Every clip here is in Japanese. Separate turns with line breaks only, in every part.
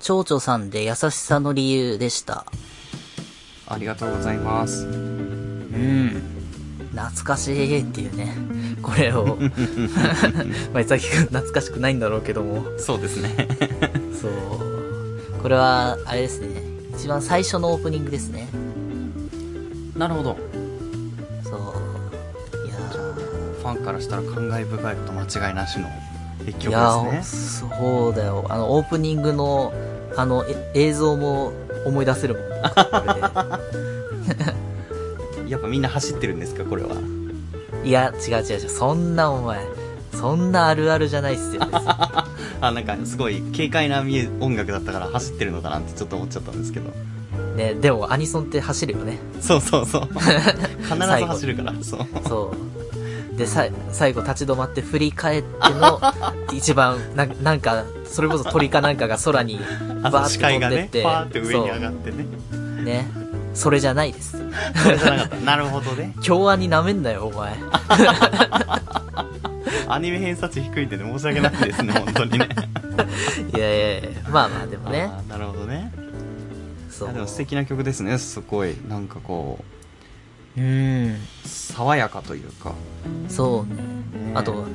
蝶々さんで優しさの理由でした。
ありがとうございます。
うん。懐かしいっていうね。これを。 まあ、いさきくん懐かしくないんだろうけども。
そうですね。
そう。これは、あれですね。一番最初のオープニングですね。
なるほど。
そう。いやー
ファンからしたら感慨深いこと間違いなしの一
い
曲
やー
ですね。
そうだよ。あの、オープニングの、あの、え映像も思い出せるもん。こ
やっぱみんな走ってるんですか、これは。
れでいや、違う違う違う。そんなお前、そんなあるあるじゃないっすよ。
あ、なんかすごい軽快な見え音楽だったから走ってるのかなってちょっと思っちゃったんですけど。
ね、でもアニソンって走るよね。
そうそう そう。必ず走るから、そう。
そう。で、さい、最後立ち止まって振り返って の、一番、ななんか、それこそ鳥かなんかが空に、
あ
バ
の
ー
視
って飛
界
ん
が
でっ
ね、
て、
パーって上に上がってね。
そうね。それじゃないです。
それじゃなかった。なるほどね。
京アニ舐めんなよ、お 前。
アニメ偏差値低いんでね、申し訳ないです ね、本当にね。
いやいやいや、まあまあ、でもね。
あーなるほどね。
そう。
あでも素敵な曲ですね、すごい。なんかこう、
うん。
爽やかというか。
そうね。
ね
あと、こ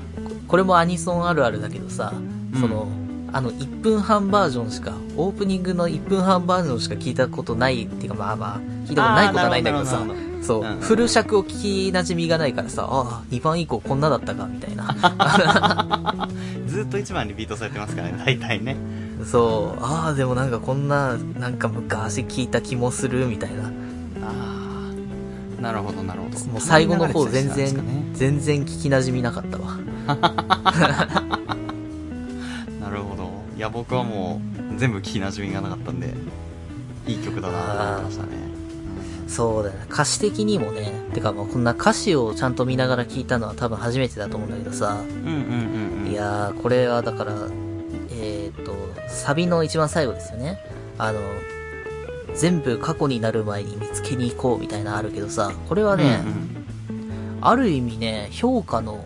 これもアニソンあるあるだけどさ、その、あの、1分半バージョンしか、オープニングの1分半バージョンしか聞いたことないっていうか、まあまあ、聞いたことないことはないんだけど
あ
さ
ーなるほどなるほ、
そう、
うん
フル尺を聞き馴染みがないからさ、ああ、2番以降こんなだったか、みたいな。
ずっと一番リピートされてますからね、大体ね。
そう、ああ、でもなんかこんな、なんか昔聞いた気もする、みたいな。
ああ、なるほど、なるほど。
もう最後の方全
流れてたりしたんで
然、全然聞き馴染みなかったわ。
すかねなるほど。いや、僕はもう、全部聞き馴染みがなかったんで、いい曲だなと思ってましたね。
そうだよね。歌詞的にもね、てかもうこんな歌詞をちゃんと見ながら聞いたのは多分初めてだと思うんだけどさ、
うんうんうんうん。
いやー、これはだから、えっ、と、サビの一番最後ですよね。あの、全部過去になる前に見つけに行こうみたいなのあるけどさ、これはね、ある意味ね、評価の、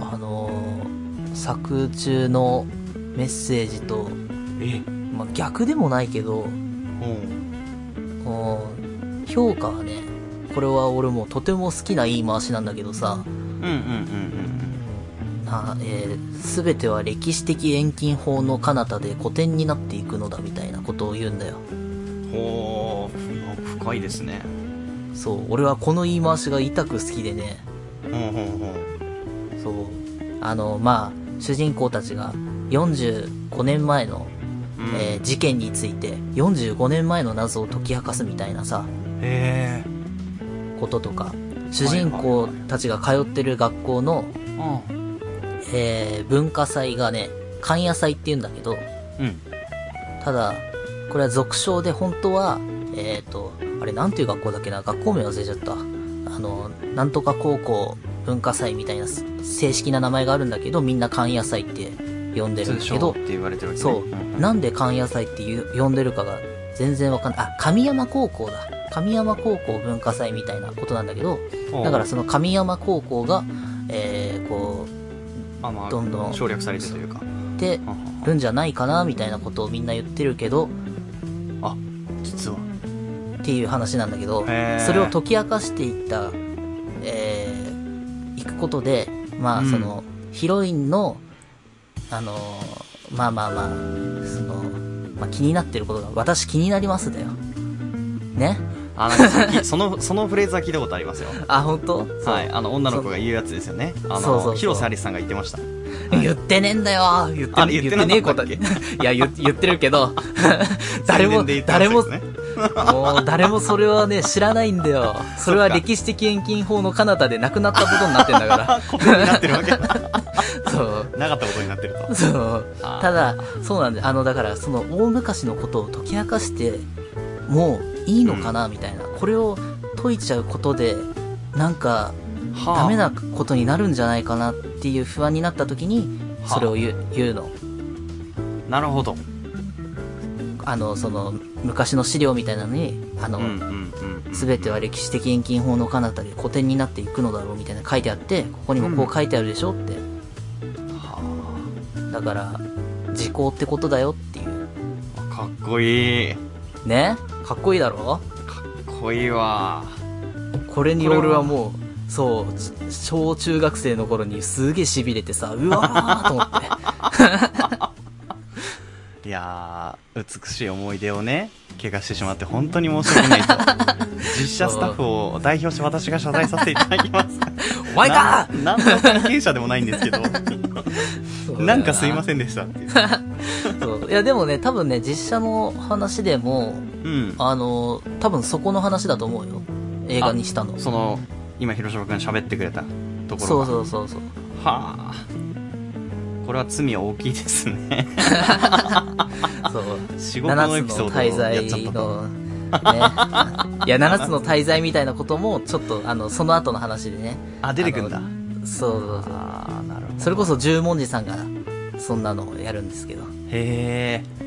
あのー作中のメッセージと、
うんうん、え、
まあ、逆でもないけど、
うん。
こう評価はね、これは俺もとても好きな言い回しなんだけどさ、
うんうんうん
なえー、全ては歴史的遠近法の彼方で古典になっていくのだみたいなことを言うんだよ。
うん。ほー、深いですね。
そう、俺はこの言い回しが痛く好きでね、
うんうんうん。
そう、あの、まあ、主人公たちが45年前の、
うん
えー事件について45年前の謎を解き明かすみたいなさ、
へえ。
こととか、主人公たちが通ってる学校の、
うん。
えー文化祭がね、関夜祭って言うんだけど、
うん。
ただ、これは俗称で本当は、えっ、と、あれなんていう学校だっけな、学校名忘れちゃった。あの、なんとか高校文化祭みたいなす正式な名前があるんだけど、みんな関野祭って呼んでるん
通
だ
称
け
っ
ど
て、言われてるわけね
そ
ん
う、なんで関野祭っていう呼んでるかが全然わかんない。あ、神山高校だ。神山高校文化祭みたいなことなんだけど、
うん
だからその神山高校が、えー、こう、
まあまあ
どんどん
省略されてというか
で、るんじゃないかな、みたいなことをみんな言ってるけど、
あ実は
っていう話なんだけど
へー、
それを解き明かしていった、えー、行くことで、ま
う
あ、
ん
その、ヒロインの、あのーまあまあまあ、その、まあ、気になってることが、私気になりますだよ。ね
あなんかさっきそのそ のフレーズは聞いたことありますよ
あ、本当
はいあの女の子が言うやつですよねあ
そうそうそ
の
う
広瀬アリスさんが言ってました
言ってねえんだよ言って
あれ言ってなかったっけ
言ってねえこと。いや、言言ってるけど、 誰も、
宣伝で言ってま
誰も
した、よね
もう誰もそれはね、知らないんだよ。それは歴史的遠近法の彼方で亡くなったことになってんだか。
あここになってるわけなから
そう。
ったことになってると
そう。
あー
ただ、そうなんで、あの、だから、その、大昔のことを解き明かして、もういいのかな、みたいな。これを解いちゃうことで、なんか、
はあ
ダメなことになるんじゃないかなっていう不安になった時に、
はあ
それを言う言うの。
なるほど
あの、その、昔の資料みたいなのに、あの
うん、うんうんうん
すべては歴史的遠近法の彼方で古典になっていくのだろうみたいな書いてあって、ここにもこう書いてあるでしょって。
は
だから、時効ってことだよっていう。
あかっこいい
ねかっこいいだろ
かっこいいわ
これに俺はもう、そう、ち小中学生の頃にすげえ痺れてさ、うわーと思 って。
いやー美しい思い出をね怪我してしまって本当に申し訳な いと実写スタッフを代表して私が謝罪させていただきます
お前か
ななんの関係者でもないんですけど なんかすいま
ん。
せんでしたっていう
そういやでもね、多分ね、実写の話でも、
うん
あの、多分そこの話だと思うよ。映画にしたの。
その今広島君喋ってくれたところ
そ
が
うそうそうそう。
はあこれは罪は大きいですね
そう。
仕事のエ
7
ピ
つ
ソ
の
ードをや
滞
っ
在
ちゃったと
の、ね。いや、7つの滞在みたいなことも、ちょっと、あの、その後の話でね。
あ出てくんだ
あそうそうそう。
ああなるほど
それこそ十文字さんが、そんなのをやるんですけど。
へえ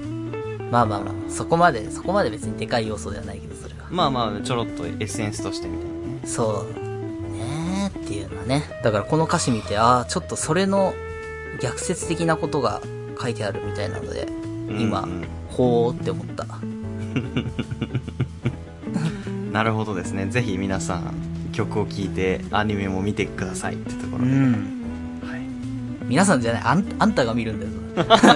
まあまあまあ、そこまで、そこまで別にでかい要素ではないけど、それは。
まあまあちょろっとエッセンスとしてみたいなね
そう。ねーっていうのはね。だからこの歌詞見て、ああ、ちょっとそれの逆説的なことが書いてあるみたいなので、今、
うん
ほーって思った。
うんなるほどですねぜひ皆さん曲を聴いてアニメも見てくださいってところ
う
で、
ん。
はい、
皆さんじゃない、あんあんたが見るんだよ。そ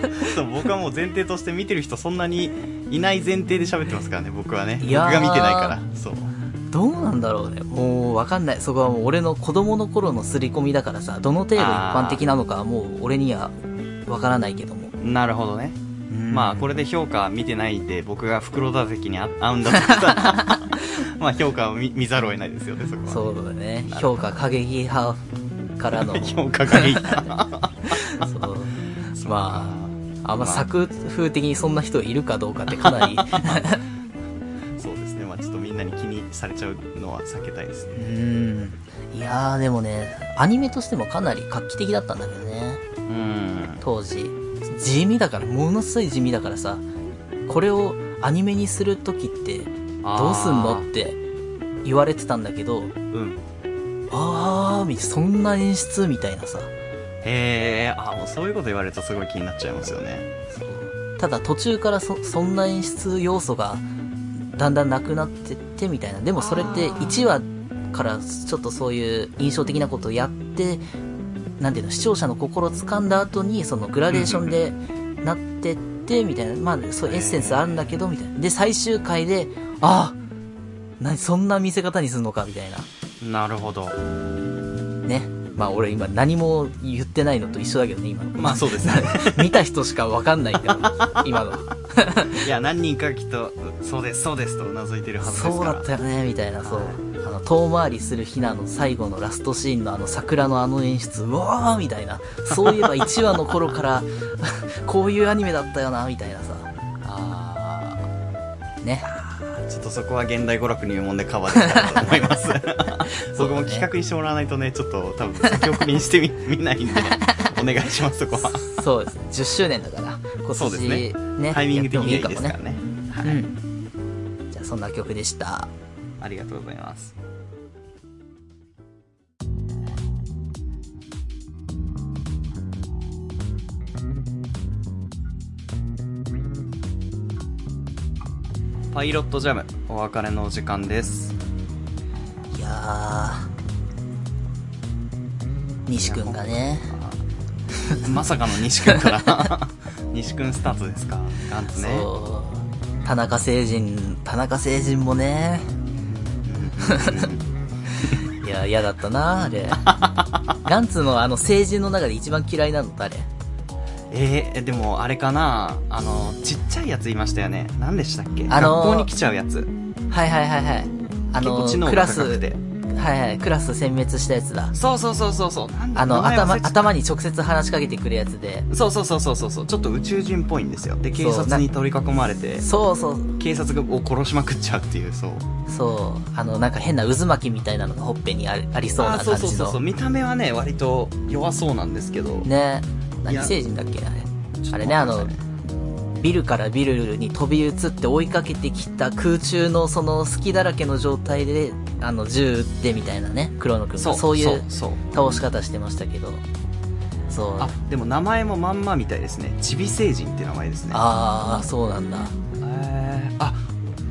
れ
そう僕はもう前提として見てる人そんなにいない前提で喋ってますからね僕はね僕
いやー
が見てないからそう
どうなんだろうね。もうわかんない。そこはもう俺の子供の頃の刷り込みだからさ、どの程度一般的なのかはもう俺にはわからないけども。
なるほどねまあこ
れ。
れで評価見てないで僕が袋田関にあ合うんだと したらまあ評価を見見ざるを得ないですよねそこは
そうだね。評価過激派から の。
評価が いい
そう。まあ、あんま作風的にそんな人いるかどうかってかな り、
そうですねまあちょっとみんなに気にされちゃうのは避けたいです
う
ね
ん。いやーでもね、アニメとしてもかなり画期的だったんだけどね、
うん
当時。地味だから、ものすごい地味だからさ、これをアニメにするときって、どうすんのって言われてたんだけど、
うん
あーみ、そんな演出みたいなさ。
へえあもうそういうこと言われるとすごい気になっちゃいますよね
ただ途中からそそんな演出要素がだんだんなくなってってみたいなでもそれって1話からちょっとそういう印象的なことをやってなんていうの視聴者の心を掴んだ後にそのグラデーションでなってってみたいなまあそういうエッセンスあるんだけどみたいなで最終回でああなそんな見せ方にするのかみたいな
なるほど
ねまあ俺今何も言ってないのと一緒だけどね今の
まあそうですね
見た人しかわかんないんだよ今の
いや何人かきっとそうですそうですとうなずいてるはずですから
そうだったよねみたいなそう、
はい
あの遠回りするヒナの最後のラストシーンのあの桜のあの演出うわーみたいなそういえば1話の頃から こういうアニメだったよなみたいなさ
あー
ね
ちょっとそこは現代娯楽入門でカバーできたらと思います 僕も企画にしてもらわないとねちょっと多分先送りにしてみ見ないんでお願いしますそこは
そうですね10周年だから今
そうですね
年ね
タイミング的にはいい
やって
です
も
か
いいかもね
らねはい
うんじゃあそんな曲でした
ありがとうございますパイロットジャムお別れのお時間です
いやー西くんがね
まさかの西くんから 西くんスタートですかガンツね
そう田中星人田中星人もねいや、嫌だったな、あ れ。ガンツのあの、成人の中で一番嫌いなの誰
えー、でもあれかなあのちっちゃいやついましたよね何でしたっけ、
あのー
学校に来ちゃうやつ
はいはいはいはい。あの、
結構知能
ク
が
ラス、
高くて
はいはい、クラス殲滅したやつだ。
そうそうそうそうそうなんだ
あの、
名前
頭、
忘れちゃった
頭に直接話しかけてくるやつで。
そうそうそうそうそうそうちょっと宇宙人っぽいんですよで警察に取り囲まれて
そうそう、
警察を殺しまくっちゃうっていうそう
そう。あの、なんか変な渦巻きみたいなのがほっぺにありありそうな
あーそ
感
うそう
じ
そうそう
の。
見た目はね割と弱そうなんですけど、
ね。
い
何
や
成人だっけあれ。
ちょっと
あれね、あの
待ってくださいね、
ビルからビルに飛び移って追いかけてきた空中のその隙だらけの状態で、あの、銃撃ってみたいなね、黒野くんが
そう
そうい
そううそう
倒し方してましたけどそう
あでも名前もまんまみたいですねちび星人って名前ですね
ああそうなんだ
えー、あ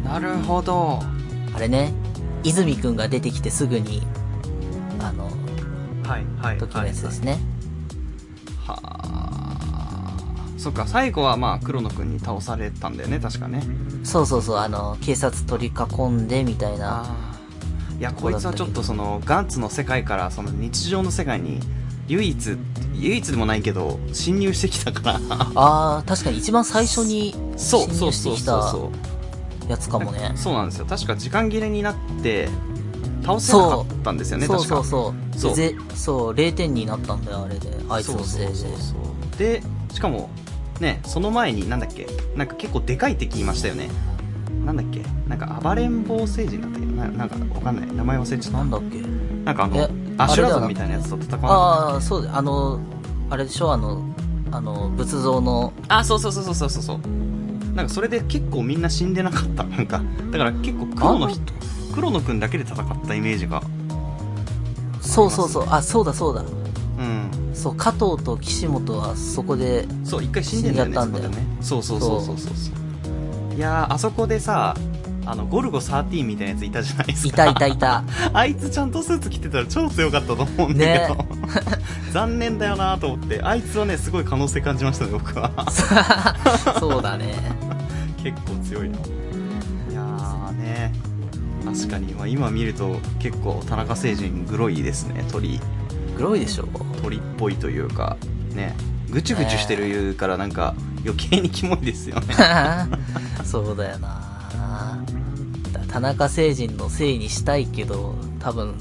なるほど
あれね泉くんが出てきてすぐにあの
はいはい
時のやつですね、
はあそっか最後はまあ黒野くんに倒されたんだよね確かね
そうそうそうあの警察取り囲んでみたいな
ああいやこいつはちょっとそのガンツの世界からその日常の世界に唯一唯一でもないけど侵入してきた から
あー確かに一番最初に
そ
侵
うそ
入
う
し
そ
て
う
き
そう
た
そう
やつかもね
そうなんですよ確か時間切れになって倒せなかったんですよね
そう
確か
そうそう
そう
ぜそう0点になったんだよあれであいつのせいで
そうそうそうそうでしかもねその前になんだっけなんか結構でかい敵いましたよねなんだっけなんか暴れん坊星人だったっけななんかわかんない名前忘れちゃっ
な
た
んだっけ
なんかあ
え
のアシュ
あれ
ラ
だ
族
な
みたいなやつと戦わなか
ああそうだあのあれでしょあのあの仏像の
ったあそうそうそうそうそうそうなんかそれで結構みんな死んでなかったなんかだから結構黒の人黒野くんだけで戦ったイメージが
そうそうそうあそうだそうだ
うん
そう加藤と岸本はそこで
そう一回死んでんだよね
死
そ
ん
こ
じゃったんだよ
でねそうそうそうそうそうそういやーあそこでさあのゴルゴ13みたいなやついたじゃないですか
いたいたい た
あいつちゃんとスーツ着てたら超強かったと思うんだけど、
ね
残念だよなと思ってあいつはねすごい可能性感じましたね僕は
そうだね
結構強いないやーね確かに、まあ、今見ると結構田中星人グロいですね鳥
グロいでしょ
鳥っぽいというかねぐちゅぐちゅしてるからなんか余計にキモいですよね
そうだよなだ田中星人のせいにしたいけど多分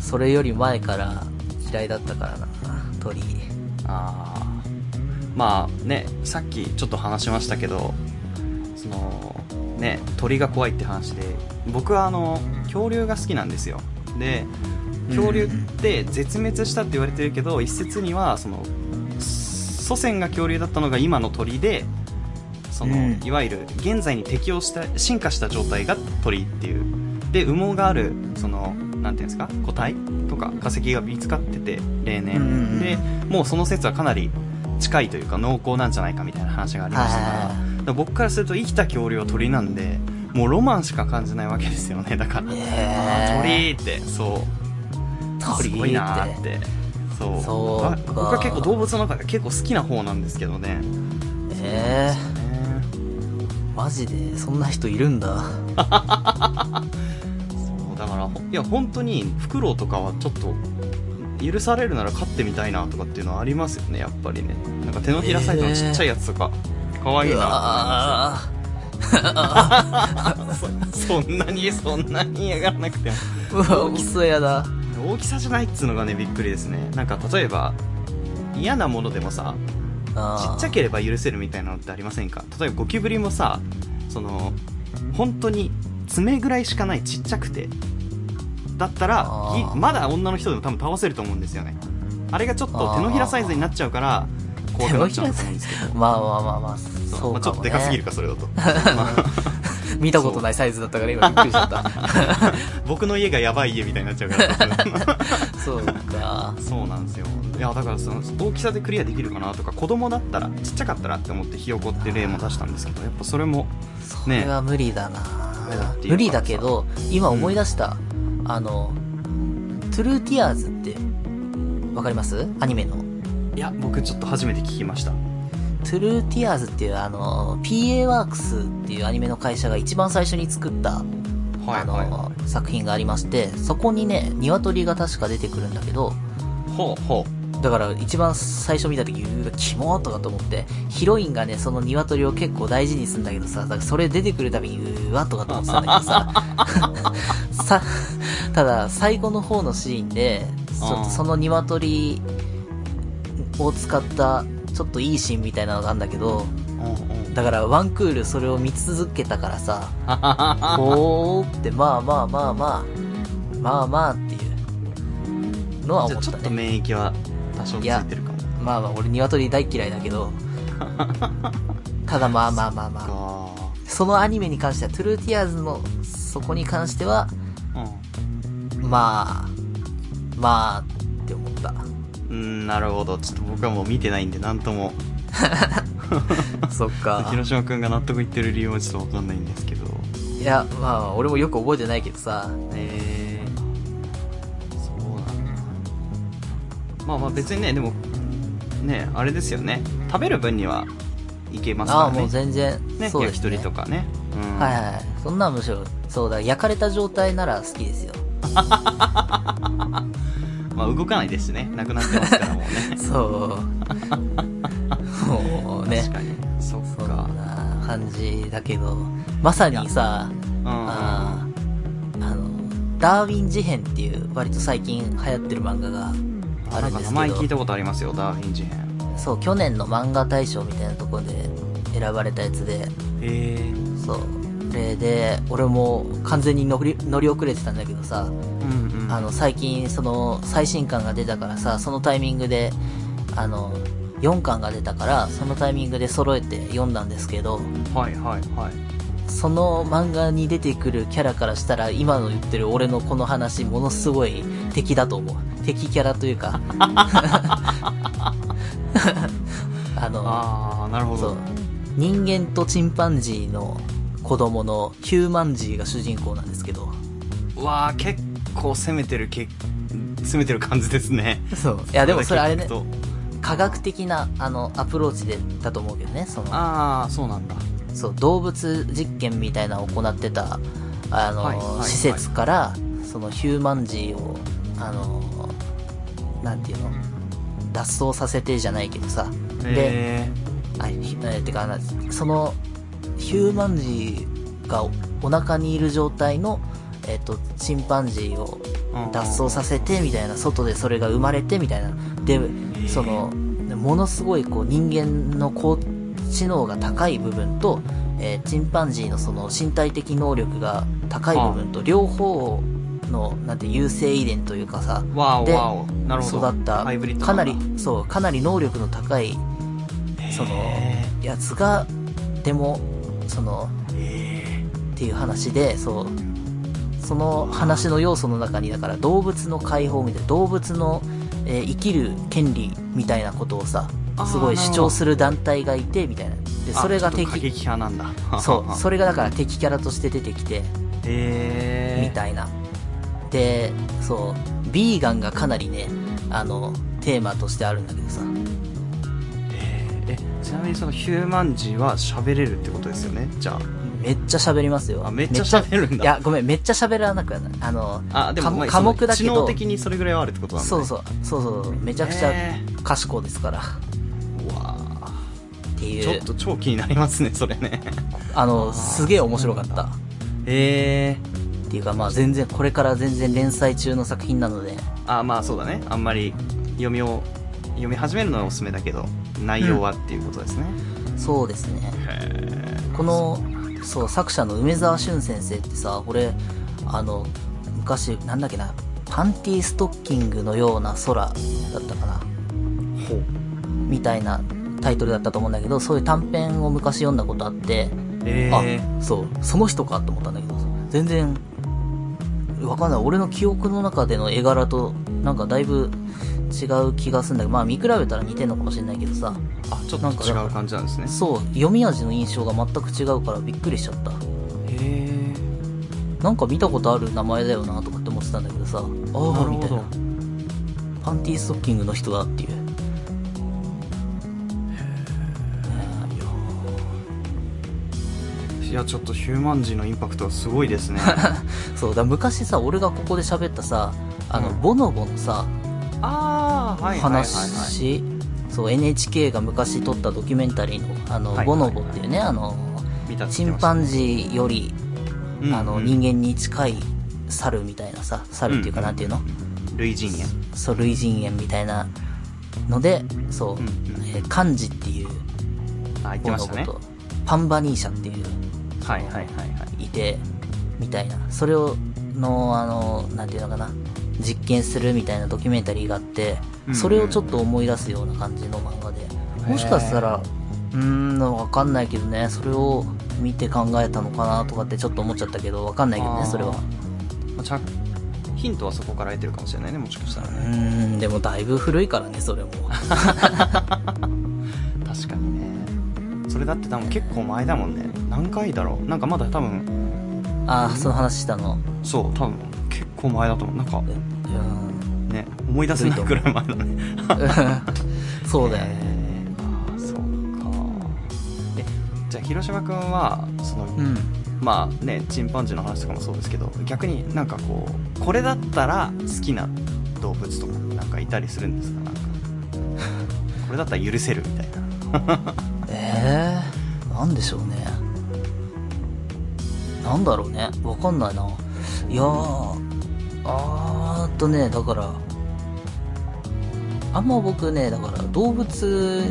それより前から嫌いだったからな鳥
ああまあねさっきちょっと話しましたけどそのね鳥が怖いって話で僕はあの恐竜が好きなんですよで恐竜って絶滅したって言われてるけど一説にはその祖先が恐竜だったのが今の鳥でその、
うん
いわゆる現在に適応した進化した状態が鳥っていうで羽毛があるそのなんていうんですか個体とか化石が見つかってて例年、
うんうんうん
でもうその説はかなり近いというか濃厚なんじゃないかみたいな話がありましたから
あ
だから僕からすると生きた恐竜は鳥なんでもうロマンしか感じないわけですよねだから、
え
鳥ってそう
鳥
すごいなーってそう
そう
あ
か
僕は結構動物の中で結構好きな方なんですけどね
え
ね
えマジでそんな人いるんだ
そうだからほいや本当にフクロウとかはちょっと許されるなら飼ってみたいなとかっていうのはありますよねやっぱりねなんか手のひらサイズのちっちゃいやつとか、可愛いなと思います
あ
そんなにそんなに嫌がらなくても
うわ大きそうやだ
大きさじゃないっつうのがねびっくりですねなんか例えば嫌なものでもさちっちゃければ許せるみたいなのってありませんか例えばゴキブリもさその本当に爪ぐらいしかないちっちゃくてだったら
あー
ぎまだ女の人でも多分倒せると思うんですよねあれがちょっと手のひらサイズになっちゃうから怖くなっちゃうと思うんですけど
まあまあまあまあ
そう
そう
まあ、ち
か
ょっ
も、ね
とでかすぎるかそれ だと
見たことないサイズだったから今びっくりしちゃった
僕の家がやばい家みたいになっちゃうから多分
そうか
そうなんですよいやだからその大きさでクリアできるかなとか子供だったらちっちゃかったらって思ってひよこって例も出したんですけどやっぱそれも
それは無理だ
無理だっ
な、
ていうか
無理だけど今思い出した、あのトゥルーティアーズってわかりますアニメの
いや僕ちょっと初めて聞きました
トゥルーティアーズっていうあの PA ワークスっていうアニメの会社が一番最初に作った
はい
あの、
はいは
作品がありまして、そこにね、鶏が確か出てくるんだけど、
いほうほ
だから一番最初見た時、うわ、キモーとかと思って、ヒロインがね、その鶏を結構大事にするんだけどさ、だからそれ出てくるたびに、うわ、とかと思ってたんだけ どさ、さ、ただ、最後の方のシーンで、ちょっとその鶏を使った、ちょっといいシーンみたいなのがあるんだけど、
ううんうん
だからワンクールそれを見続けたからさ、ほーって、まあまあまあまあ、まあまあっていうのは
じ
思
ゃあ
っ
ちょ
た
っと
ね。
免疫は多少ついてるかも
まあまあ、俺鶏大嫌いだけど、 ただまあまあまあまあ、
か
そのアニメに関しては、トゥルーティアーズのそこに関しては、
う
まあ、まあって思った。
んうんなるほどちょっと僕はもう見てないんで何とも
そっか
広島君が納得いってる理由はちょっと分かんないんですけど
いやまあ俺もよく覚えてないけどさ
えー、そうなんだまあまあ別にねでもねあれですよね食べる分にはいけます
あ
か
あも
ら
う
ね
全然、
ね
そうで
焼
す
き鳥
ね
とかね、うん
はいはいそんなんむしろそうだ焼かれた状態なら好きですよ
まあ動かないですしねなくなってますからもう ね
そう もうね
確かにそっ
そんな
か
感じだけどまさにさ
うん
あーあのダーウィン事変っていう割と最近流行ってる漫画がある
な
んで
んか名
す
前聞い
けど
たことありますよダーウィン事変
そう去年の漫画大賞みたいなところで選ばれたやつで
へえ
そうそれで俺も完全に乗り乗り遅れてたんだけどさ
うんうん
あの最近その最新刊が出たからさそのタイミングであの4巻が出たからそのタイミングで揃えて読んだんですけど
はいはいはい
その漫画に出てくるキャラからしたら今の言ってる俺のこの話ものすごい敵だと思う敵キャラというか あの
ああなるほ
そ
ど
う人間とチンパンジーの子供のヒューマンジーが主人公なんですけど
うわあ結構攻めてるけ攻めてる感じですね
そういやでもそれあれね
こだけ聞くと
科学的なあのアプローチでだと思うけどねその
ああそうなんだ
そう動物実験みたいなのを行ってたあの、
はいはいはい
施設からそのヒューマンジーをあのなんていうの脱走させてじゃないけどさで、
へ
あひえーてかなそのヒューマンジーがおお腹にいる状態の、えっとチンパンジーを
ーうん
脱走させてみたいな外でそれが生まれてみたいなでそのものすごいこう人間の高知能が高い部分と、えーチンパンジーのその身体的能力が高い部分と両方のなんて優性遺伝というかさ
わお
で
わおなるほ
育
ど
った
ハイブリッド
か
んだ
なりそうかなり能力の高いその
へ
やつがでもその
ーへ
っていう話でそうその話の要素の中にだから動物の解放みたいな動物の、えー生きる権利みたいなことをさ
あー
すごい
なるほ
主
ど
張する団体がいてみたいなで
ー
それが
あちょっと過
敵
激派なんだ
そうそれがだから敵キャラとして出てきて
へえ
みたいなでそうビーガンがかなりねあのテーマとしてあるんだけどさ
えちなみにそのヒューマンジーは喋れるってことですよねじゃ
めっちゃ喋りますよ
ああめっちゃ喋るん
い
だ
やごめんめっちゃ喋らなくはないあの
あでも
科
まあ
科目だけ
その知能
ど
的にそれぐらいはあるってことなんだ、ね、
そうそうそうそうめちゃくちゃ賢いですからっ
うわあ
て
ちょ
い
っ
う
と超気になりますねそれね
あ
あー
のすげえ面白かったっ
ええ
ていうかまあ全然これから全然連載中の作品なので
あまあそうだねあんまり読みを読み始めるのはおすすめだけど内容はっていうことですね、
そうですね
へ
このそう作者の梅沢俊先生ってさ俺あの昔なんだっけなパンティーストッキングのような空だったかな
えほう
みたいなタイトルだったと思うんだけどそういう短編を昔読んだことあって
ええ
あそうその人かと思ったんだけど全然わかんない俺の記憶の中での絵柄となんかだいぶ違う気がするんだけどまあ見比べたら似てんのかもしれないけどさ
あちょっ
なんか
と違う感じなんですね
そう読み味の印象が全く違うからびっくりしちゃった
へえ
なんか見たことある名前だよなとかって思ってたんだけどさあ
な
あ
る
みた
ほ
いな
ど
パンティーストッキングの人だっていう
いやちょっとヒューマンジーのインパクトはすご いですね
そうだから昔さ俺がここで喋ったさあの、
うん
ボノボのさ
ああはいはいはい、はい、
話そう NHK が昔撮ったドキュメンタリーの「あの
はい
ボノボ」っていうねあの
見た
チンパ
ン、
ンジーより
うん
あの
うん
人間に近い猿みたいなさ猿っていうか
うん
なんていうの
類人猿
そう類人猿みたいなのでそう
うんうん
えーカンジっていう
あ言って
ボ
ま
ノ
した
ボ
ね
とパンバニーシャっていう
はいはいはいはい
いてみたいなそれをのあのなんていうのかな実験するみたいなドキュメンタリーがあって
うん
それをちょっと思い出すような感じの漫画で
ー
もしかしたらうーんわかんないけどねそれを見て考えたのかなとかってちょっと思っちゃったけどわかんないけど
あ
ね
ー
それは
まあちゃヒントはそこから得てるかもしれないねもしかしたら
う
ね
ん、でもだいぶ古いからね、 それも。
確かにねそれだって多分結構前だもんね何回だろうなんかまだ多分
ああ、その話したの。
そう多分結構前だと思うなんか
うん。
ね思い出せないくらい前だね
そうだよね。
ね ああそうかえじゃあ広島君はその、
うん。
まあねチンパンジーの話とかもそうですけど逆になんかこうこれだったら好きな動物とかなんかいたりするんですか なんかこれだったら許せるみたいな
ええー、なんでしょうね。なんだろうね。わかんないな。いやー、あーっとね、だから、あんま僕ね、だから動物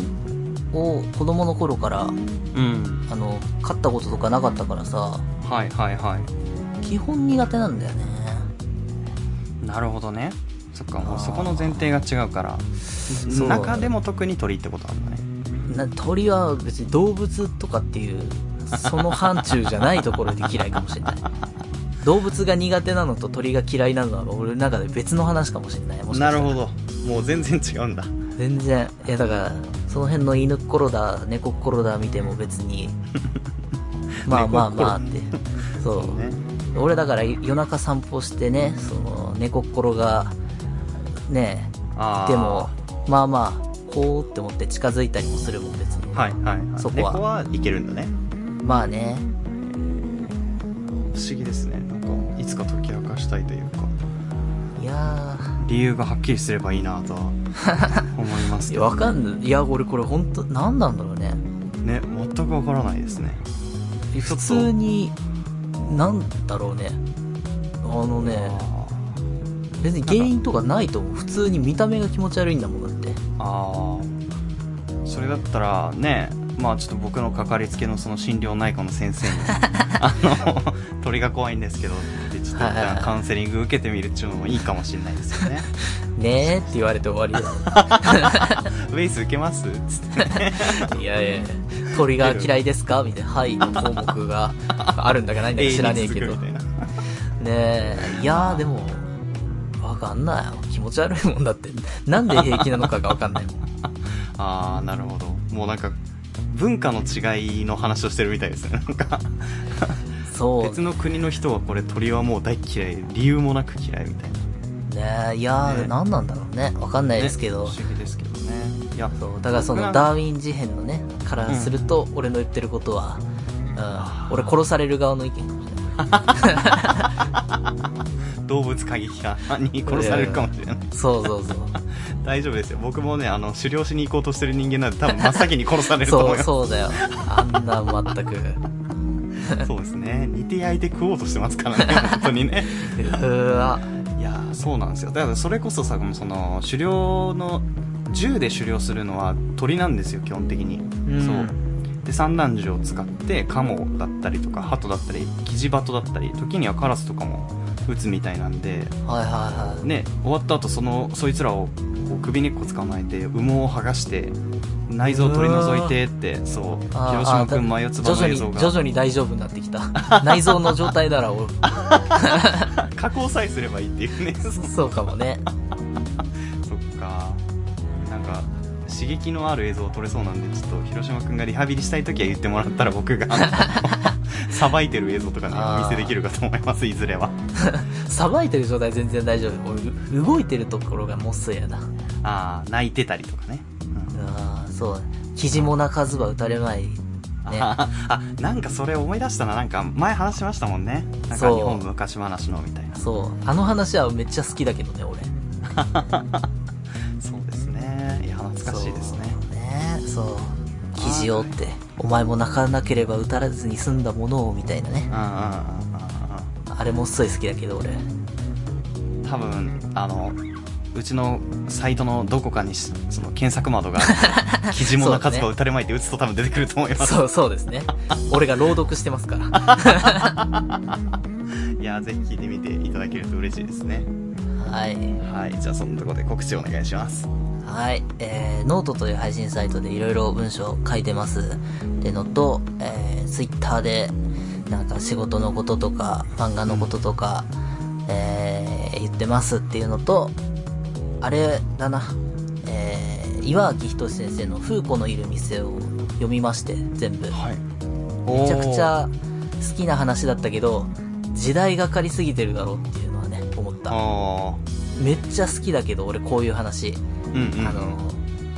を子供の頃から、
うん
あの、飼ったこととかなかったからさ、
はいはいはい
基本苦手なんだよね。
なるほどねそっかも
あ
う
ー
そこの前提が違うから
そう
中でも特に鳥ってことなんだね
な鳥は別に動物とかっていう、その範疇じゃないところで嫌いかもしれない。動物が苦手なのと鳥が嫌いなのは俺の中で別の話かもしれない。もしかしたら
どもう全然違うんだ
全然。いやだから、その辺の犬心だ、猫心だ見ても別 に、まあまあまあって。そう。
ね
俺だから夜中散歩してね、その猫心が、ね
あー
でも、まあまあ、こうって思って近づいたりもするもん別に。
はいはい、はい、
そこは
猫はいけるんだね
まあね。
不思議ですねなんかいつか解き明かしたいというか
いや
理由がはっきりすればいいなとは思いま す
ー、い
け
や
ど
わかんない。いや、俺これ本当なんなんだろうね。
ね全くわからないですね
普通に、なんだろうね。あのね、
あー
別に原因とかないと思う。普通に見た目が気持ち悪いんだもんだって。
あーそれだったらねまあちょっと僕のかかりつけのその診療内科の 先生にあの鳥が怖いんですけどってちょっと一
はいはいは
旦
い
カウンセリング受けてみるっていうのもいいかもしれないですよ ね
ねえって言われて終わりだ
ウェイス受 けますっつって
よ。いやいや鳥が嫌いですかみたいな。はいの項目があるんだかないんだか知らねえけ
永
ど。
遠に続く
ね
みたいな
え。いやーでも、わかんないよ。気持ち悪いもんだって。なんで平気なのかがわかんないもん。
ああなるほどもうなんか文化の違いの話をしてるみたいですねなんか
そう。
別の国の人はこれ鳥はもう大嫌い理由もなく嫌いみたいな
ねえいやー、
ね
何なんだろうねわかんないですけど、
ね不思議ですけどねいや
そうだからそ
僕な
の
んか
ダーウィン事変のねからすると俺の言ってることは、うん、俺殺される側の意見かもしれない
動物過激派に殺されるかもしれない
そうそう そう
大丈夫ですよ僕もねあの狩猟しに行こうとしてる人間なんで多分真っ先に殺されると
そ
思
う
います
そうだよあんな全く う
そうですね煮て焼いて食おうとしてますからね 本当にね
ーわ
いやーそうなんですよだからそれこそさその狩猟の銃で狩猟するのは鳥なんですよ基本的に、
ん
そうで散弾銃を使ってカモだったりとかハトだったりキジバトだったり時にはカラスとかも撃つみたいなんで
はいはいはい
ね終わった後そのそいつらをこう首根っこ捕まえて羽毛を剥がして内臓を取り除いてってそう
あー
広島
あー
君
だ
真四つ葉の映像
徐々に徐
が
々に大丈夫になってきた 内臓の状態なら俺
加工さえすればいいっていうねそ
そうかもね
っかなんか刺激のある映像を撮れそうなんでちょっと広島君がリハビリしたい時は言ってもらったら僕が さばいてる映像とかね
あー
お見せできるかと思いますいずれは
さばいてる状態全然大丈夫俺う動いてるところがもっすやな
ああ泣いてたりとかね、うん
ああそうだキジモナカズバ打たれまいね
ああなんかそれ思い出したななんか前話しましたもんねなんか
そう
日本昔話のみたいな
そうあの話はめっちゃ好きだけどね俺
そうですねいや懐かしいですね
そうねそう記事をってお前も泣かなければ打たれずに済んだものをみたいなね
うんうんうんうんうん
あれもっそい好きだけど俺
多分あのうちのサイトのどこかにしその検索窓が 記事もな数が打たれまいて打つと多分出てくると思います、
そうそうですね俺が朗読してますからはい
やぜひ聞いてみていただけると嬉しいですね
い
はいじゃあそのところで告知をお願いします
はいえー、ノートという配信サイトでいろいろ文章書いてますってのと、えー、ツイッターでなんか仕事のこととか漫画のこととか、えー、言ってますっていうのと、あれだな、えー、岩脇仁先生の風子のいる店を読みまして、全部。
はい
めちゃくちゃ好きな話だったけど、時代がかりすぎてるだろうっていうのはね、思った。
あ
めっちゃ好きだけど、俺こういう話。
ーうんうん
あの、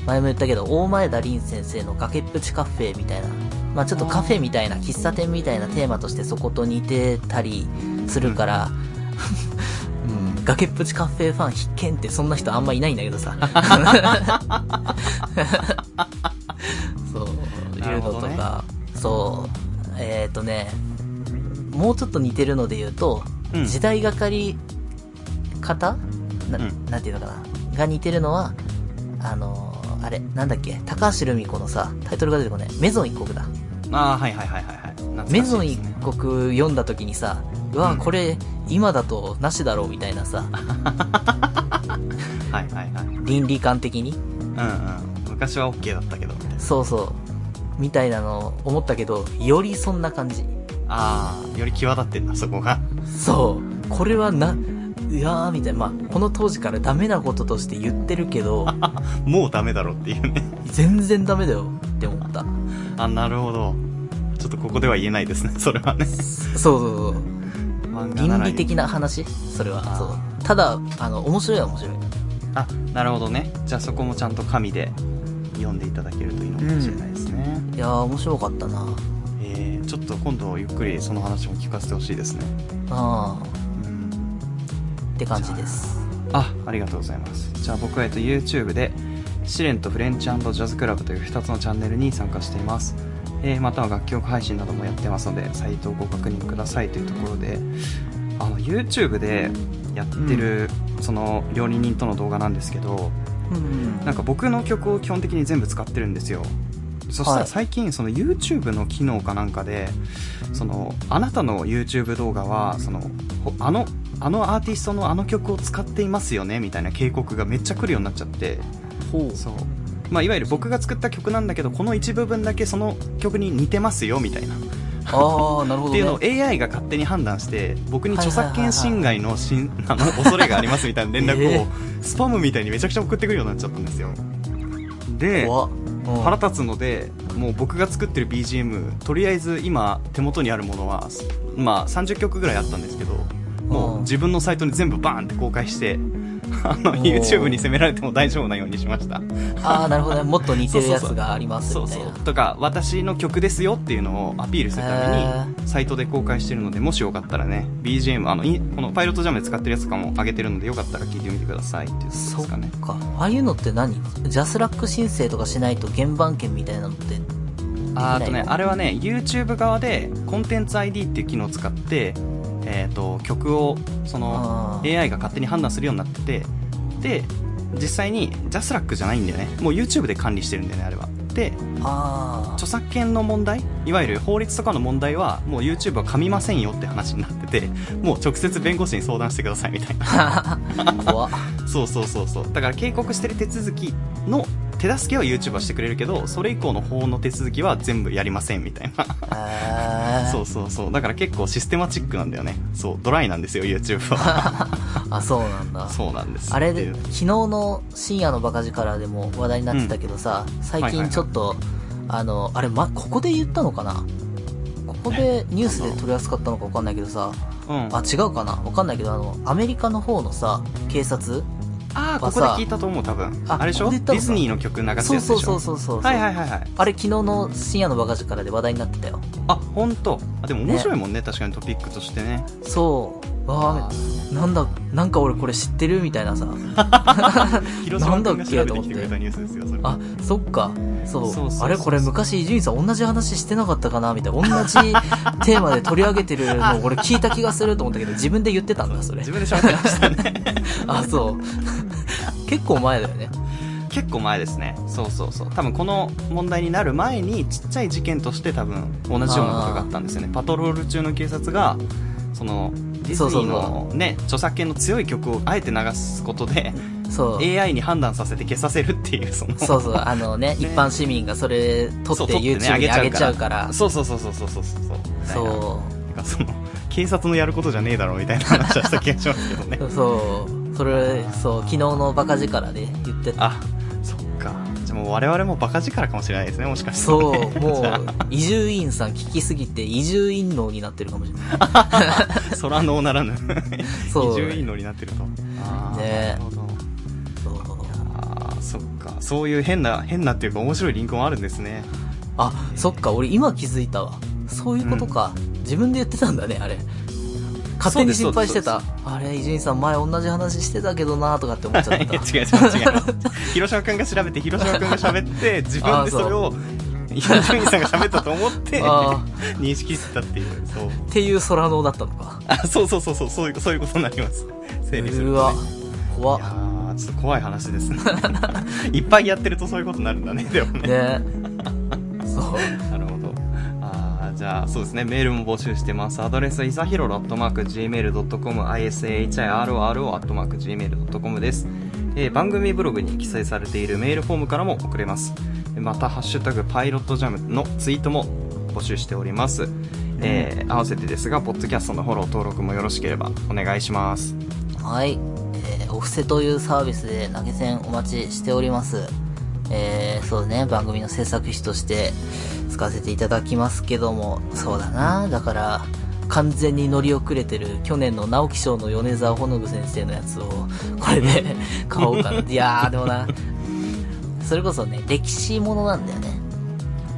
前も言ったけど、大前田凛先生の崖っぷちカフェみたいな、まあちょっとカフェみたいな、喫茶店みたいなテーマとしてそこと似てたりするから、うん、崖っぷちカフェファン必見ってそんな人あんまいないんだけどさ。そう、いうのと
なるほ
か、そう、えっ、ー、とね、もうちょっと似てるので言うと、
うん
時代がかり方な,、
うん
なんていうのかなが似てるのは、あのーあれ、なんだっけ、高橋留美子のさ、タイトルが出てこない。メゾン一国だ。
あーはいはいはいはいはい懐かしい
メゾン
です
一
ね
国読んだ時にさ、うわ、これ、今だとなしだろうみたいなさ、
はいはいはい
倫理観的に。
うんうん昔は OK だったけどみたいな
そうそう。みたいなの思ったけど、よりそんな感じ。
ああより際立ってんなそこが
そう。これはな、いやーみたいな。まあ、この当時からダメなこととして言ってるけ ど、
もうダメだろっていうね
全然ダメだよって思った。
あなるほどちょっとここでは言えないですねそれはね
そうそうそう。
漫画な
倫
ら
理的な話それは。そう。ただ、あの、面白いは面白い。
あなるほどねじゃあそこもちゃんと紙で読んでいただけるといいのかもしれないですね、
いやー、面白かったな
えーちょっと今度ゆっくりその話も聞かせてほしいですね
あー
うん
って感じです。
あありがとうございますじゃあ僕は、えっと、YouTube で試練とフレンチジャズクラブという2つのチャンネルに参加しています、えーまたは楽曲配信などもやってますのでサイトをご確認くださいというところであの YouTube でやってる、その料理人との動画なんですけど
うん
なんか僕の曲を基本的に全部使ってるんですよそした
は
ら
い
最近その YouTube の機能かなんかでそのあなたの YouTube 動画はそのほあのあのアーティストのあの曲を使っていますよねみたいな警告がめっちゃ来るようになっちゃって
ほう。
そう、まあ、いわゆる僕が作った曲なんだけどこの一部分だけその曲に似てますよみたいな
ああ、なるほど、
って
ね。
いうのを AI が勝手に判断して僕に著作
はいはいはいは
権
い
侵害のしん あの恐れがありますみたいな連絡
え
をスパムみたいにめちゃくちゃ送ってくるようになっちゃったんですよで
怖っうん
腹立つのでもう僕が作ってる BGM とりあえず今手元にあるものは、まあ、30曲ぐらいあったんですけども
う
うん自分のサイトに全部バーンって公開してあの
おー
YouTube に責められても大丈夫なようにしました
ああ、なるほどね。もっと似てるやつがあります
そ
み
う
たい
そう
な。
とか私の曲ですよっていうのをアピールするためにサイトで公開してるのでもしよかったらね BGM あのいこのパイロットジャムで使ってるやつとかも上げてるのでよかったら聞いてみてくださいっていうこと
そ
で
っ
すかね
か。ああいうのって何ジャスラック申請とかしないと原版権みたいなのって。
あーあと
で
ね
きないの
あれはね YouTube 側でコンテンツ ID っていう機能を使って、えー、と曲をその
あー
AI が勝手に判断するようになっててで実際に JASRAC じゃないんだよねもう YouTube で管理してるんだよねあれはで
あ
著作権の問題いわゆる法律とかの問題はもう YouTube は噛みませんよって話になっててもう直接弁護士に相談してくださいみたいな
あ、 怖っ。
そうそうそうそうだから警告してる手続きの手助けは YouTube はしてくれるけどそれ以降の法の手続きは全部やりませんみたいな
へー
そうそうそうだから結構システマチックなんだよねそうドライなんですよ YouTube は
あ、そうなんだ。
そうなんです
あれ
で
で、昨日の深夜のバカ力でも話題になってたけどさ、最近ちょっと、あの、あれ、ま、ここで言ったのかなここでニュースで取り扱ったのかわかんないけどさ、
うん、
あ、
あ
違うかなわかんないけど、あの、アメリカの方のさ、警察
あーこ
は
こ
さ
で聞いたと思う多分あ
あ
れでしょ
ここ
デ
で言ったの
ィ
か
ズニーの曲流すやつ
そ
で
う
し
そ
ょ
うそうそうそう。
はいはいはいはい
あれ昨日の深夜のバカ力で話題になってたよ。
あ本当あでも面白いもんね確かにトピックとしてね
そう。わあ、なんだ、なんか俺これ知ってるみたいなさ。な
広島君が
んだっ
調
け
べてきてくれたニュースですよそれ
あ、そっか。そう。
そうそうそう
あれこれ昔伊集院さん同じ話してなかったかなみたいな。同 じテーマで取り上げてるのを俺聞いた気がすると思ったけど、自分で言ってたんだ、それ
自。分で喋ってましたね
あ、そう。結構前だよね。
結構前ですねそうそうそう多分この問題になる前にちっちゃい事件として多分同じようなことがあったんですよねパトロール中の警察がそのディズニーのね著作権の強い曲をあえて流すことで
そう。
AI に判断させて消させるっていうその
そうそう、あのね、一般市民がそれ撮
そう
って YouTube
撮
に上げちゃうから。
そうそうそうそうそうそうそうそう
そう。
なんかその警察のやることじゃねえだろみたいな話はした気がしますけどね
そうそれそう昨日のバカ力で言ってた
あそっかじゃあもう我々もバカ力かもしれないですねもしかして、ね、
そうも
じゃ
う伊集院さん聞きすぎて伊集院脳になってるかもしれない
あ 空のならぬ
そう
伊集院のになってるとあー
ねえ
なるほど
そう
あーそっかそういう変な変なっていうか面白いリンクもあるんですね
あそっか俺今気づいたわそういうことか、自分で言ってたんだねあれ勝手に心配してたあれ伊集院さん前同じ話してたけどなとかって思っちゃっ
いや
た
違う違う違う広島君が調べて広島君が喋 って自分でそれを伊集院さんが喋ったと思って
あ
認識してたっていうそう
っていう空のだったのか
あそうそうそうそうそういうそういうことになります整理する
う
と、
わ
ね、
怖
い
っ
やーちょっと怖い話ですね いっぱいやってるとそういうことになるんだねでもね
ねそう
なるほどあーじゃあそうですねメールも募集してますアドレスはいさひろろ .gmail.com ishiroro.gmail.com です、えー番組ブログに記載されているメールフォームからも送れますまた「ハッシュタグパイロットジャム」のツイートも募集しております、えー合わせてですがポッドキャストのフォロー登録もよろしければお願いします
はい、えーお布施というサービスで投げ銭お待ちしております。えー、そうね、番組の制作費として使わせていただきますけども、そうだな、だから、完全に乗り遅れてる去年の直木賞の米沢ほのぶ先生のやつを、これで 買おうかな。いやー、でもな、それこそね、歴史ものなんだよね。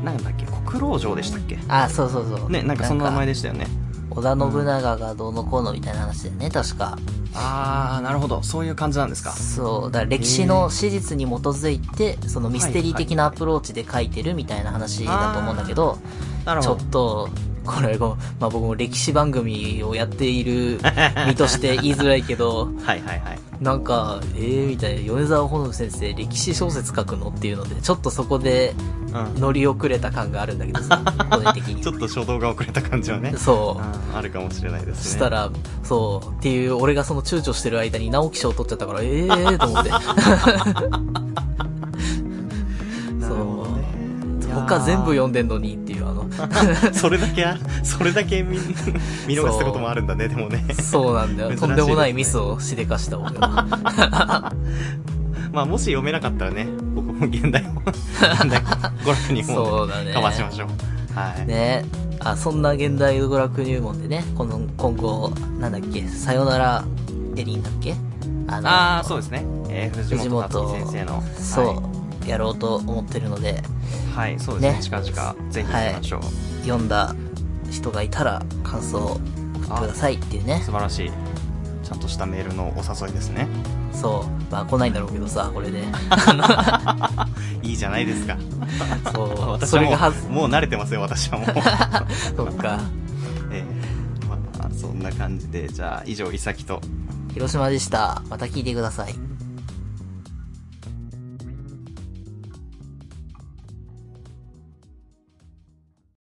なんだっけ国老城でしたっけ
あ、そうそうそう。
ねなんかそんな名前でしたよね
織田信長がどうのこうのみたいな話でね、確か。
ああなるほどそういう感じなんですか
そう、だから歴史の史実に基づいて、そのミステリー的なアプローチで書いてるみたいな話だと思うんだけど、
なる
ち
ほ
ょ
ど
っと、これも、まあ僕も歴史番組をやってい る身として言いづらいけど、
はいはいはい
なんか、えーみたいな、米沢ほのぶ先生歴史小説書くのっていうので、ちょっとそこで
うん
乗り遅れた感があるんだけど さ、個人的に
ち。ょっと初動が遅れた感じはね。
そう。
ああるかもしれないです
し
ね。
た。ら、そう、っていう、俺がその躊躇してる間に直木賞取っちゃったから、ええー、と思って。
なるほどね。
そう。
いやー
他全部読んでんのにっていう、あの、
それだけ、それだ け見、見逃したこともあるんだね、でもね。
そうなんだよ。
珍し
と
い
んでもないミスをしでかした俺 は。
まあ、もし読めなかったらね、僕も現代を、現代娯楽に
そ
も、
うだね
カバーしましょう。はい。
ねあ、そんな現代娯楽入門でね、この、今後、なんだっけ、さよならエリンだっけあの、
ああ、そうですね。えー、藤
藤
本
本
達己先生の。
そう、やろうと思ってるので、
はい。はい、そうですね。
ね
近々、ぜひ行きましょう。
読んだ人がいたら感想を送ってくださいっていうね。
素晴らしい。ちゃんとしたメールのお誘いですね。
そう。まあ来ないんだろうけどさ、これ で。
いいじゃないですか。
そう。
私
そ
は
れがは
も
ず、
う、もう慣れてますよ、私はもう。
そっか。
えーまあ、そんな感じでじゃあ以上いさきと
広島でした。また聞いてください。